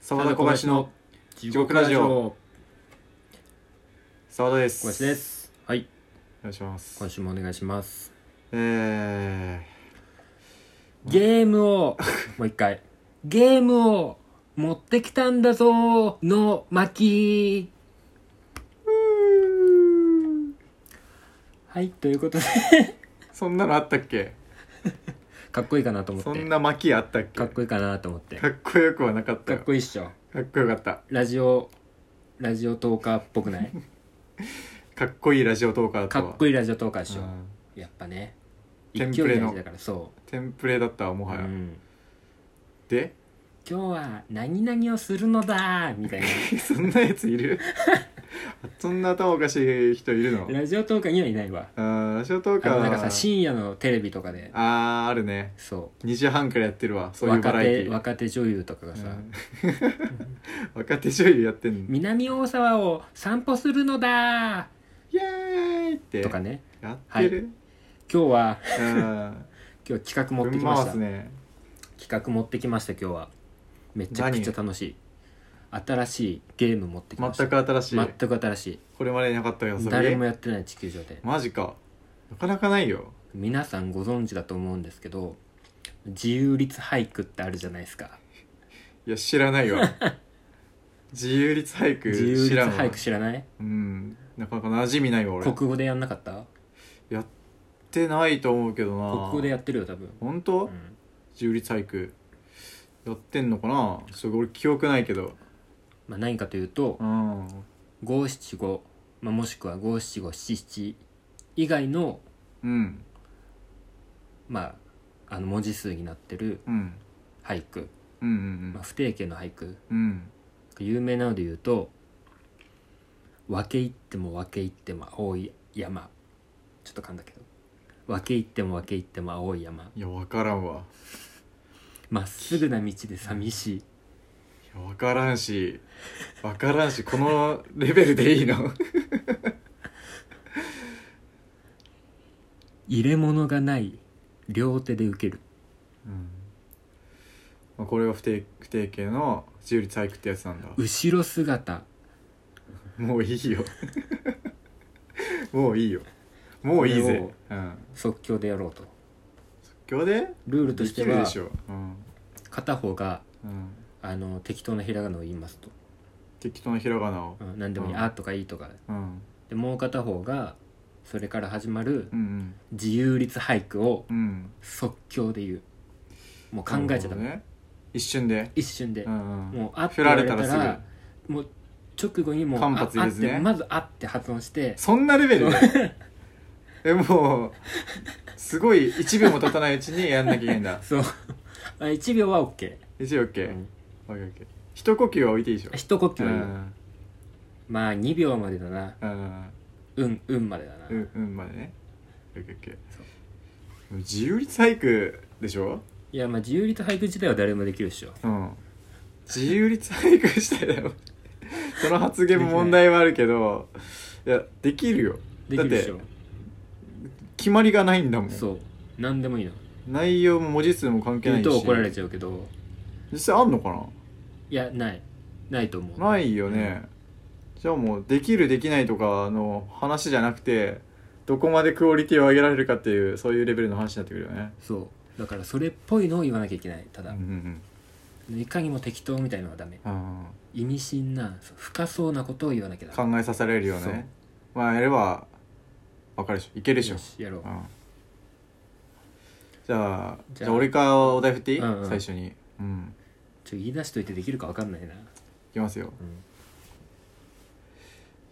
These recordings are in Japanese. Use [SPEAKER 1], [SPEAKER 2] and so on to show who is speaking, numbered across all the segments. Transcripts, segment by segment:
[SPEAKER 1] 沢田小林の
[SPEAKER 2] 地
[SPEAKER 1] 獄ラジオ沢田です
[SPEAKER 2] 小林ですはい
[SPEAKER 1] お願いします
[SPEAKER 2] 今週もお願いします
[SPEAKER 1] え
[SPEAKER 2] ゲー ムをもう一回ゲームを持ってきたんだぞの巻はいという ことで
[SPEAKER 1] ー、そんなのあったっけ
[SPEAKER 2] かっこいいかなと思っ
[SPEAKER 1] そ
[SPEAKER 2] て
[SPEAKER 1] んな巻あったっけ
[SPEAKER 2] かっこいいかなと思って
[SPEAKER 1] かっこよくはなかった
[SPEAKER 2] か
[SPEAKER 1] よ
[SPEAKER 2] っこいいっしょ
[SPEAKER 1] かっこよかった
[SPEAKER 2] ラジオラジオトーカーっぽくない
[SPEAKER 1] かっこいいラジオトーカーと
[SPEAKER 2] か
[SPEAKER 1] は
[SPEAKER 2] っこいいラジオトーカーっしょ
[SPEAKER 1] うん
[SPEAKER 2] やっぱね
[SPEAKER 1] テンプレの
[SPEAKER 2] 一挙に大事だからそ
[SPEAKER 1] テンプレだったわも
[SPEAKER 2] う、
[SPEAKER 1] はや、
[SPEAKER 2] うん
[SPEAKER 1] で
[SPEAKER 2] 今日は何々をするのだみた いな
[SPEAKER 1] そんなやついる そんな頭おかしい人いるの
[SPEAKER 2] ラジオトーカーにはいないわ
[SPEAKER 1] あーラジオトー
[SPEAKER 2] あ
[SPEAKER 1] カー
[SPEAKER 2] の
[SPEAKER 1] は
[SPEAKER 2] なんかさ深夜のテレビとかで
[SPEAKER 1] あーあるね
[SPEAKER 2] そ
[SPEAKER 1] 2時半からやってるわ
[SPEAKER 2] う
[SPEAKER 1] そういうバ
[SPEAKER 2] 若
[SPEAKER 1] ラエ
[SPEAKER 2] 手
[SPEAKER 1] ティ
[SPEAKER 2] 若手女優とかがさ、
[SPEAKER 1] うん 若手女優やってんの
[SPEAKER 2] 南大沢を散歩するのだ
[SPEAKER 1] イエーイって
[SPEAKER 2] とかね
[SPEAKER 1] やってる、
[SPEAKER 2] 今日は
[SPEAKER 1] うん
[SPEAKER 2] 今日企画持って
[SPEAKER 1] ぶん
[SPEAKER 2] きまし
[SPEAKER 1] 回
[SPEAKER 2] た、
[SPEAKER 1] すね
[SPEAKER 2] 企画持ってきました今日はめちゃくちゃ楽しい新しいゲーム持ってきました
[SPEAKER 1] 全く新しい、
[SPEAKER 2] 全く新しい
[SPEAKER 1] これまでなかったよそれ
[SPEAKER 2] 誰もやってない地球上で
[SPEAKER 1] マジかなかなかないよ
[SPEAKER 2] 皆さんご存知だと思うんですけど自由律俳句ってあるじゃないですか
[SPEAKER 1] いや知らない わ自由律俳句
[SPEAKER 2] 自由
[SPEAKER 1] 知
[SPEAKER 2] 律
[SPEAKER 1] らんわ
[SPEAKER 2] 俳句知らない
[SPEAKER 1] うんなかなか馴染みないわ俺
[SPEAKER 2] 国語でやんなかった
[SPEAKER 1] やってないと思うけどな
[SPEAKER 2] 国語でやってるよ多分、
[SPEAKER 1] 本
[SPEAKER 2] う
[SPEAKER 1] 当
[SPEAKER 2] ん、
[SPEAKER 1] 自由律俳句やってんのかなそれ俺記憶ないけど
[SPEAKER 2] まあ、何かというと
[SPEAKER 1] うん
[SPEAKER 2] 五七五まあもしくは五七五七七以外の,、
[SPEAKER 1] うん
[SPEAKER 2] まあ、あの文字数になってる
[SPEAKER 1] うん
[SPEAKER 2] 俳句、
[SPEAKER 1] うんうん
[SPEAKER 2] まあ、不定形の俳句
[SPEAKER 1] うん
[SPEAKER 2] 有名なので言うと「分け入っても分け入っても青い山」ちょっと噛んだけど「分け入っても分け入っても青い山」
[SPEAKER 1] いや分からんわ
[SPEAKER 2] 「まっすぐな道で寂しい」
[SPEAKER 1] いや分からんし分からんしこのレベルでいいの
[SPEAKER 2] 「入れ物がない両手で受ける
[SPEAKER 1] うんまあこれが不定不定形の自由律俳句ってやつなんだ」
[SPEAKER 2] 後ろ姿
[SPEAKER 1] もういいよ もういいよもういい
[SPEAKER 2] これ
[SPEAKER 1] ぜ
[SPEAKER 2] を、
[SPEAKER 1] うん、
[SPEAKER 2] 即興でやろうと
[SPEAKER 1] 今日で
[SPEAKER 2] ルールと
[SPEAKER 1] で
[SPEAKER 2] して
[SPEAKER 1] きる
[SPEAKER 2] は
[SPEAKER 1] でしょ、うん
[SPEAKER 2] 片方が
[SPEAKER 1] うん、
[SPEAKER 2] あの適当なひらがなを言いますと、
[SPEAKER 1] 適当なひらがなを、
[SPEAKER 2] うん、何でもいい「
[SPEAKER 1] うん
[SPEAKER 2] あ」とか「いい」とか
[SPEAKER 1] うん、
[SPEAKER 2] でもう片方がそれから始まる
[SPEAKER 1] うん
[SPEAKER 2] 自由律俳句を
[SPEAKER 1] うんうん
[SPEAKER 2] 即興で言うもう考えちゃ
[SPEAKER 1] なるほ
[SPEAKER 2] ダメ、
[SPEAKER 1] どね一瞬で、
[SPEAKER 2] 一瞬で、
[SPEAKER 1] うんうん、
[SPEAKER 2] もう「あ」って
[SPEAKER 1] 振
[SPEAKER 2] 言わ
[SPEAKER 1] られ
[SPEAKER 2] れた
[SPEAKER 1] た
[SPEAKER 2] ら
[SPEAKER 1] らすぐ
[SPEAKER 2] もう直後にもう「
[SPEAKER 1] 間髪入
[SPEAKER 2] あ」あ
[SPEAKER 1] れ
[SPEAKER 2] っ
[SPEAKER 1] ずね
[SPEAKER 2] てまず「あ」って発音して
[SPEAKER 1] そんなレベルえもうすごい1秒も経たないうちにやんなきゃいけないんだ
[SPEAKER 2] そう あ1秒は OK、
[SPEAKER 1] 1秒 OK、
[SPEAKER 2] う
[SPEAKER 1] うん
[SPEAKER 2] ん、
[SPEAKER 1] 一呼吸は置いていいでしょ
[SPEAKER 2] 一呼吸
[SPEAKER 1] う
[SPEAKER 2] は言うんまあ2秒までだな
[SPEAKER 1] うん
[SPEAKER 2] うんうんまでだな、
[SPEAKER 1] うんうんまでね OKOK
[SPEAKER 2] そ
[SPEAKER 1] 自由律俳句でしょ
[SPEAKER 2] いやまあ自由律俳句自体は誰もできるでしょ
[SPEAKER 1] うん自由律俳句したいだろ その発言も問題はあるけどいやできるよ
[SPEAKER 2] できるでしょ
[SPEAKER 1] 決まりがないんだもん
[SPEAKER 2] そう何でもいいの
[SPEAKER 1] 内容も文字数も関係な
[SPEAKER 2] 言う
[SPEAKER 1] いし
[SPEAKER 2] と怒られちゃうけど
[SPEAKER 1] 実際あんのかない
[SPEAKER 2] やないないと思う
[SPEAKER 1] ないよね、じゃあもうできるできないとかの話じゃなくてどこまでクオリティを上げられるかっていうそういうレベルの話になってくるよね
[SPEAKER 2] そうだからそれっぽいのを言わなきゃいけないた
[SPEAKER 1] う
[SPEAKER 2] だ
[SPEAKER 1] んう、ん
[SPEAKER 2] いかにも適当みたいのはダメ
[SPEAKER 1] うんうん
[SPEAKER 2] 意味深なそう深そうなことを言わなきゃダメ
[SPEAKER 1] 考えさせられるよねまあやればわかるでしょいけるでしょ
[SPEAKER 2] よしやろう
[SPEAKER 1] うんじゃあ
[SPEAKER 2] じ
[SPEAKER 1] じ
[SPEAKER 2] ゃあ
[SPEAKER 1] ゃあ俺からお題振っていい、
[SPEAKER 2] うんうん
[SPEAKER 1] 最初にうん
[SPEAKER 2] ちょ言い出しといてできるか分かんないな、
[SPEAKER 1] いきますよ
[SPEAKER 2] うん、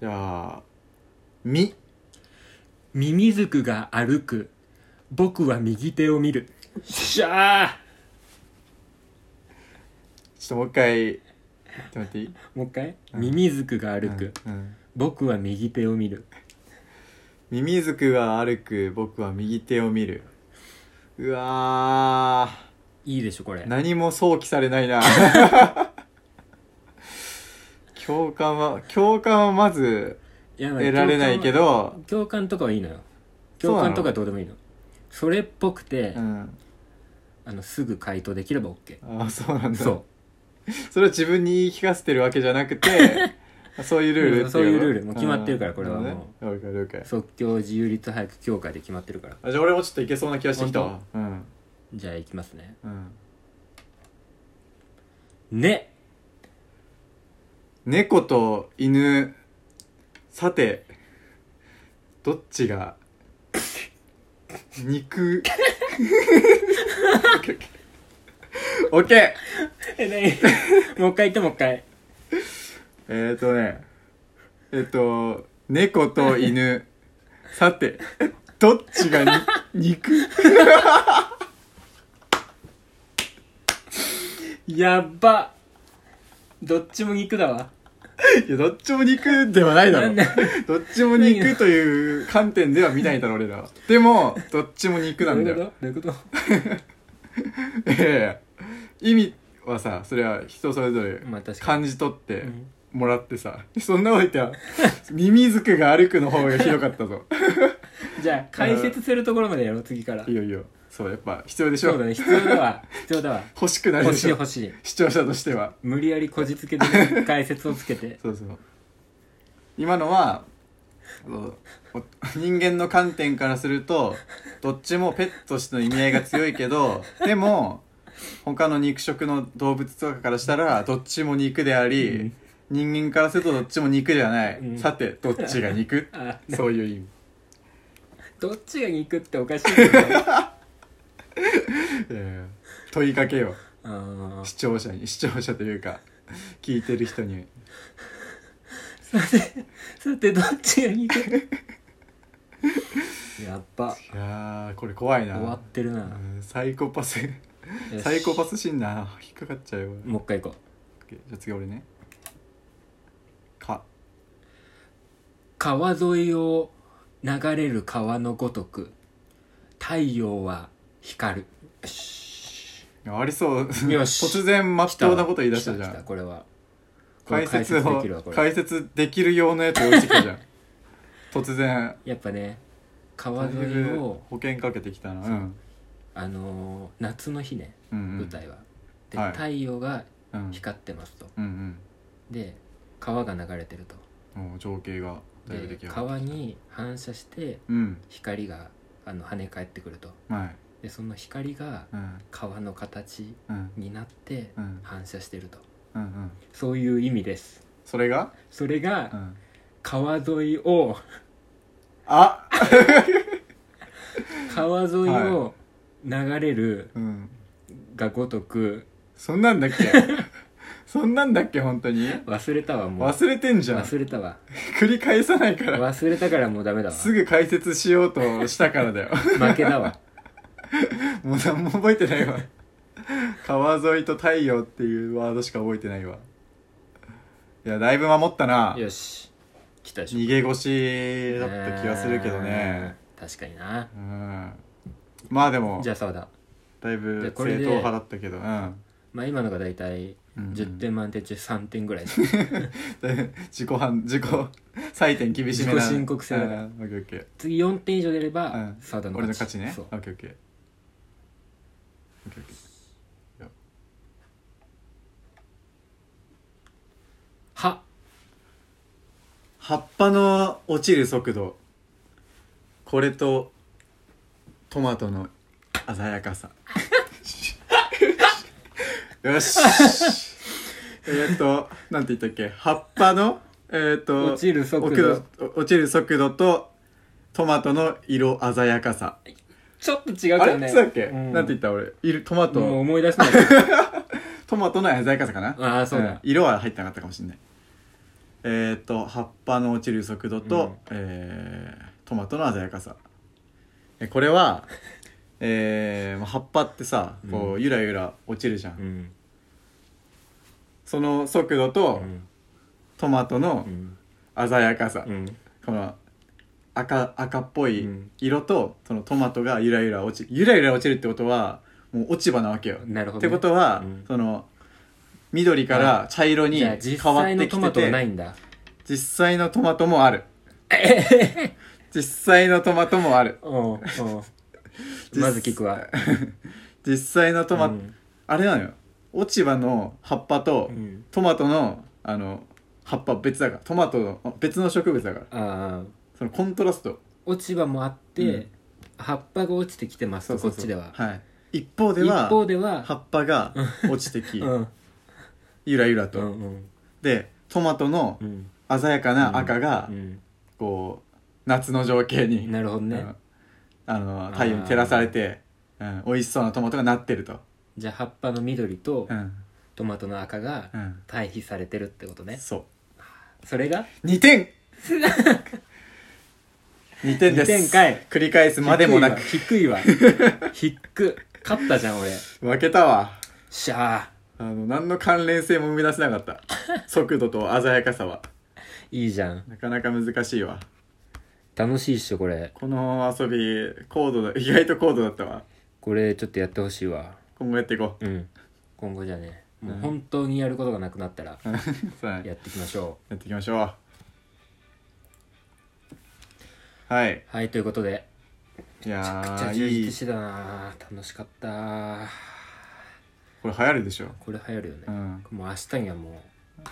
[SPEAKER 1] じゃあ「み
[SPEAKER 2] ミミズクが歩く僕は右手を見るしゃあ」
[SPEAKER 1] ちょっともう一回ちょっと待っていい
[SPEAKER 2] もう一回、
[SPEAKER 1] うん
[SPEAKER 2] ミミズクが歩く、
[SPEAKER 1] うんうん
[SPEAKER 2] 僕は右手を見る
[SPEAKER 1] ミミズクは歩く僕は右手を見るうわ
[SPEAKER 2] いいでしょこれ
[SPEAKER 1] ー何も想起されないな共感は共感はまず
[SPEAKER 2] いやまあ
[SPEAKER 1] 得られないけど
[SPEAKER 2] 共感とかはいいのよ
[SPEAKER 1] そう
[SPEAKER 2] 共
[SPEAKER 1] なの
[SPEAKER 2] 感とかどうでもいいのそれっぽくて、
[SPEAKER 1] うん
[SPEAKER 2] あのすぐ回答できれば OK
[SPEAKER 1] ああそうなんだ
[SPEAKER 2] そう
[SPEAKER 1] それは自分に言い聞かせてるわけじゃなく てそういうルールってい
[SPEAKER 2] うん
[SPEAKER 1] の
[SPEAKER 2] そういうルールもう決まってるから
[SPEAKER 1] ん
[SPEAKER 2] これはもう
[SPEAKER 1] なるほどね了解了解
[SPEAKER 2] 即興自由リと早く協会で決まってるから
[SPEAKER 1] あじゃあ俺もちょっといけそうな気がしてきたわうん
[SPEAKER 2] じゃあいきますね
[SPEAKER 1] うん
[SPEAKER 2] ね
[SPEAKER 1] 猫と犬さてどっち が肉 オッケー
[SPEAKER 2] え何 もう一回言ってもう一回
[SPEAKER 1] えっ、ー、とねえっ、と猫と 犬さてどっちがに肉
[SPEAKER 2] やっばどっちも肉だわ
[SPEAKER 1] いやどっちも肉ではないだろ
[SPEAKER 2] なんで
[SPEAKER 1] どっちも肉という観点では見ないだろ俺らはでもどっちも肉なんだよ
[SPEAKER 2] どういうことどういうこ
[SPEAKER 1] いやいや意味はさそれは人それぞれ
[SPEAKER 2] まあ確か
[SPEAKER 1] 感じ取って
[SPEAKER 2] とうん
[SPEAKER 1] もらってさ、そんなこと言ってはミミズクが歩くの方がひどかった ぞ
[SPEAKER 2] じゃあ解説するところまでやろう次から
[SPEAKER 1] いいよいいよそうやっぱ必要でし
[SPEAKER 2] そう
[SPEAKER 1] ょ、
[SPEAKER 2] だね必要だわ必要だわ
[SPEAKER 1] 欲しくなる
[SPEAKER 2] 欲
[SPEAKER 1] で
[SPEAKER 2] し
[SPEAKER 1] し
[SPEAKER 2] い
[SPEAKER 1] ょ
[SPEAKER 2] 欲しい
[SPEAKER 1] 視聴者としては
[SPEAKER 2] 無理やりこじつけてね解説をつけて
[SPEAKER 1] そうそう今のはそうお 人間の観点からするとどっちもペットとしての意味合いが強いけどでも他の肉食の動物とかからしたらどっちも肉であり、人間からするとどっちも肉ではない、
[SPEAKER 2] うん
[SPEAKER 1] さてどっちが肉
[SPEAKER 2] あ
[SPEAKER 1] そういう意味
[SPEAKER 2] どっちが肉っておかしい けど
[SPEAKER 1] えー問いかけよう
[SPEAKER 2] あー
[SPEAKER 1] 視聴者に視聴者というか聞いてる人に
[SPEAKER 2] さてどっちが肉 やっぱ
[SPEAKER 1] いやーこれ怖いな
[SPEAKER 2] 終わってるな
[SPEAKER 1] うんサイコパス
[SPEAKER 2] よし
[SPEAKER 1] サイコパス診断引っかかっちゃうよ俺
[SPEAKER 2] もう一回行こう
[SPEAKER 1] OK じゃあ次俺ねか
[SPEAKER 2] 川沿いを流れる川のごとく太陽は光るよし
[SPEAKER 1] いやありそう
[SPEAKER 2] よし
[SPEAKER 1] 突然まっとうなこと言い出したじゃ
[SPEAKER 2] 来来
[SPEAKER 1] ん
[SPEAKER 2] これはこれ
[SPEAKER 1] 解説
[SPEAKER 2] 解説で
[SPEAKER 1] を
[SPEAKER 2] きるわこれ
[SPEAKER 1] 解説できる用のやつ用意してきたじゃん突然
[SPEAKER 2] やっぱね川
[SPEAKER 1] だい
[SPEAKER 2] 沿い
[SPEAKER 1] ぶ
[SPEAKER 2] を
[SPEAKER 1] 保険かけてきたなうん
[SPEAKER 2] あのー夏の日ね
[SPEAKER 1] うんうん
[SPEAKER 2] 舞台は、で、
[SPEAKER 1] はい
[SPEAKER 2] 太陽が
[SPEAKER 1] うん
[SPEAKER 2] 光ってますと
[SPEAKER 1] うん
[SPEAKER 2] で川が流れてると
[SPEAKER 1] うんもう情景がだいぶ出
[SPEAKER 2] で
[SPEAKER 1] 来上がった
[SPEAKER 2] 川に反射して
[SPEAKER 1] うん
[SPEAKER 2] 光があの跳ね返ってくると
[SPEAKER 1] はい
[SPEAKER 2] でその光が
[SPEAKER 1] うん
[SPEAKER 2] 川の形
[SPEAKER 1] うん
[SPEAKER 2] になって
[SPEAKER 1] うん
[SPEAKER 2] 反射してると
[SPEAKER 1] うんうん
[SPEAKER 2] そういう意味です
[SPEAKER 1] それが
[SPEAKER 2] それ
[SPEAKER 1] う
[SPEAKER 2] が
[SPEAKER 1] ん
[SPEAKER 2] 川沿いを
[SPEAKER 1] あ
[SPEAKER 2] 川沿いを流れる
[SPEAKER 1] うん
[SPEAKER 2] がごとく
[SPEAKER 1] そんなんだっけ そんなんだっけ本当に
[SPEAKER 2] 忘れたわもう
[SPEAKER 1] 忘れてんじゃん
[SPEAKER 2] 忘れたわ
[SPEAKER 1] 繰り返さないから
[SPEAKER 2] 忘れたからもうダメだわ
[SPEAKER 1] すぐ解説しようとしたからだよ
[SPEAKER 2] 負けだわ
[SPEAKER 1] もう何も覚えてないわ川沿いと太陽っていうワードしか覚えてないわいやだいぶ守ったな
[SPEAKER 2] よし来たでしょ
[SPEAKER 1] 逃げ腰だった気がするけどね
[SPEAKER 2] あー確かにな
[SPEAKER 1] うんまあでも
[SPEAKER 2] じゃあ澤田、
[SPEAKER 1] だい
[SPEAKER 2] じゃあ
[SPEAKER 1] ぶ
[SPEAKER 2] これ
[SPEAKER 1] 正
[SPEAKER 2] で
[SPEAKER 1] 当派だったけどうん
[SPEAKER 2] まあ、今のが大体
[SPEAKER 1] うんうん
[SPEAKER 2] 10点満点中3点ぐらいだ
[SPEAKER 1] だいぶ 自己判自己採点厳しめな
[SPEAKER 2] 自己申告制だ
[SPEAKER 1] だ
[SPEAKER 2] か
[SPEAKER 1] かららオッケーオッケー
[SPEAKER 2] 次4点以上出れば
[SPEAKER 1] うん
[SPEAKER 2] 澤田の
[SPEAKER 1] 俺の勝ちね
[SPEAKER 2] そう
[SPEAKER 1] オッケーオッケーオッケーオッケーいや
[SPEAKER 2] は
[SPEAKER 1] 葉っぱの落ちる速度これとトマトの鮮や かさよしえっとなんて言ったっけ葉っぱのえっ、と
[SPEAKER 2] 落ちる速度
[SPEAKER 1] お落ちる速度とトマトの色鮮やかさ
[SPEAKER 2] ちょっと違う
[SPEAKER 1] あ
[SPEAKER 2] か
[SPEAKER 1] れ
[SPEAKER 2] ら
[SPEAKER 1] い
[SPEAKER 2] ね
[SPEAKER 1] つだっけ、
[SPEAKER 2] う
[SPEAKER 1] なんて言った俺いるトマト、
[SPEAKER 2] もう思い出せない
[SPEAKER 1] トマトの鮮やかさかな
[SPEAKER 2] ああそうだ
[SPEAKER 1] ん色は入ってなかったかもしれないえー、っと葉っぱの落ちる速度と、
[SPEAKER 2] うん
[SPEAKER 1] えートマトの鮮やかさえこれ はえーまあ葉っぱってさこうゆらゆら落ちるじゃん、
[SPEAKER 2] うん
[SPEAKER 1] その速度
[SPEAKER 2] う
[SPEAKER 1] と、
[SPEAKER 2] ん
[SPEAKER 1] トマトの
[SPEAKER 2] うん
[SPEAKER 1] 鮮やかさ、
[SPEAKER 2] うん
[SPEAKER 1] この赤赤っぽ
[SPEAKER 2] う
[SPEAKER 1] い
[SPEAKER 2] ん
[SPEAKER 1] 色と、そのトマトがゆらゆら落ちゆらゆら落ちるってことはもう落ち葉なわけよ、
[SPEAKER 2] なるほどね
[SPEAKER 1] ってことは、
[SPEAKER 2] うん
[SPEAKER 1] その緑から茶色に
[SPEAKER 2] じ
[SPEAKER 1] 変
[SPEAKER 2] ゃ
[SPEAKER 1] わ
[SPEAKER 2] あ
[SPEAKER 1] ってきてて
[SPEAKER 2] 実際のトマトはないんだ
[SPEAKER 1] 実際のトマトもあ る実際のトマトもある
[SPEAKER 2] うんうん
[SPEAKER 1] 実
[SPEAKER 2] まず聞くわ
[SPEAKER 1] 実際のトマト、
[SPEAKER 2] うん
[SPEAKER 1] あれなのよ落ち葉の葉っぱと
[SPEAKER 2] うん
[SPEAKER 1] トマトのあの葉っぱ別だからトマトのあ別の植物だから
[SPEAKER 2] ああ
[SPEAKER 1] そのコントラスト
[SPEAKER 2] 落ち葉もあって、
[SPEAKER 1] うん
[SPEAKER 2] 葉っぱが落ちてきてますとこっちでは、
[SPEAKER 1] はい、一方で
[SPEAKER 2] 一
[SPEAKER 1] は
[SPEAKER 2] 方では
[SPEAKER 1] 葉っぱが落ちてき、
[SPEAKER 2] うん
[SPEAKER 1] ゆらゆらと、
[SPEAKER 2] うんうん
[SPEAKER 1] でトマトの
[SPEAKER 2] うん
[SPEAKER 1] 鮮やかな赤が、
[SPEAKER 2] うん
[SPEAKER 1] こう夏の情景に、
[SPEAKER 2] なるほどね、
[SPEAKER 1] うんあの太陽に照らされて、うん、美味しそうなトマトがなってると、
[SPEAKER 2] じゃあ葉っぱの緑と
[SPEAKER 1] うん
[SPEAKER 2] トマトの赤が
[SPEAKER 1] うん
[SPEAKER 2] 対比されてるってことね
[SPEAKER 1] そ
[SPEAKER 2] それが
[SPEAKER 1] う2点2点です
[SPEAKER 2] 二点かい
[SPEAKER 1] 繰り返すまでもなく
[SPEAKER 2] 低いわ低いわ 低く勝ったじゃん俺
[SPEAKER 1] 負けたわ
[SPEAKER 2] しゃあ
[SPEAKER 1] あの何の関連性も生み出せなかった 速度と鮮やかさはい
[SPEAKER 2] いじゃん
[SPEAKER 1] なかなか難しいわ
[SPEAKER 2] 楽しいっしょこれ
[SPEAKER 1] この遊び高度だ意外と高度だったわ
[SPEAKER 2] これちょっとやってほしいわ
[SPEAKER 1] 今後やっていこ
[SPEAKER 2] うん今後じゃねもううん本当にやることがなくなったら
[SPEAKER 1] うそうだね
[SPEAKER 2] やっていきましょ
[SPEAKER 1] やっていきましょうはいう
[SPEAKER 2] はいということで
[SPEAKER 1] いや
[SPEAKER 2] めちゃくちゃ
[SPEAKER 1] ー
[SPEAKER 2] 充
[SPEAKER 1] い
[SPEAKER 2] 実
[SPEAKER 1] い
[SPEAKER 2] してたな楽しかった
[SPEAKER 1] これ流行るでしょ
[SPEAKER 2] これ流行るよね
[SPEAKER 1] う、ん
[SPEAKER 2] もう明日にはも う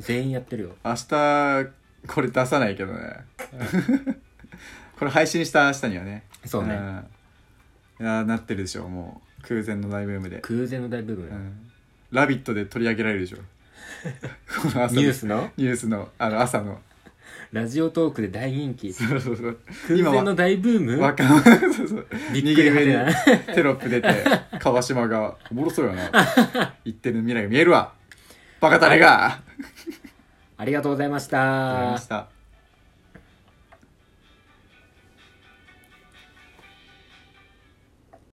[SPEAKER 2] 全員やってるよ
[SPEAKER 1] 明日これ出さないけどね これ配信した明日にはね
[SPEAKER 2] そうね、
[SPEAKER 1] んいやーなってるでしょもう空前の大ブームで、
[SPEAKER 2] 空前の大部分、
[SPEAKER 1] うん「ラビット!」で取り上げられるで しょこの朝の
[SPEAKER 2] ニュースの
[SPEAKER 1] ニュースのあの朝の
[SPEAKER 2] ラジオトークで大人気
[SPEAKER 1] そうそうそう
[SPEAKER 2] 空前
[SPEAKER 1] は
[SPEAKER 2] の大ブーム
[SPEAKER 1] 若者そうそう
[SPEAKER 2] びっく
[SPEAKER 1] 右
[SPEAKER 2] り
[SPEAKER 1] 上
[SPEAKER 2] は
[SPEAKER 1] にテロップ出て川島が「おもろそうやな」 言ってる未来が見えるわバカタレが
[SPEAKER 2] ありがとうございまし
[SPEAKER 1] ありがとうござい
[SPEAKER 2] た
[SPEAKER 1] ました